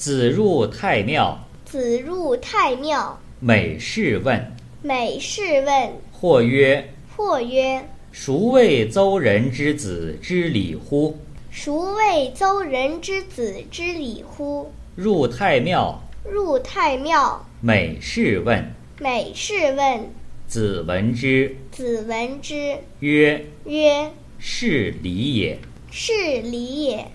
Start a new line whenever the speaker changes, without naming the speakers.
子入太庙，
子入太庙，
每事问。
每事问。
或曰
或曰：“
孰谓邹人之子之礼乎？
孰谓邹人之子之礼乎？”
入太庙，
入太庙，
每事问。
每事问。
子闻之，
子闻之
曰
曰：“
是礼也。”
是礼也。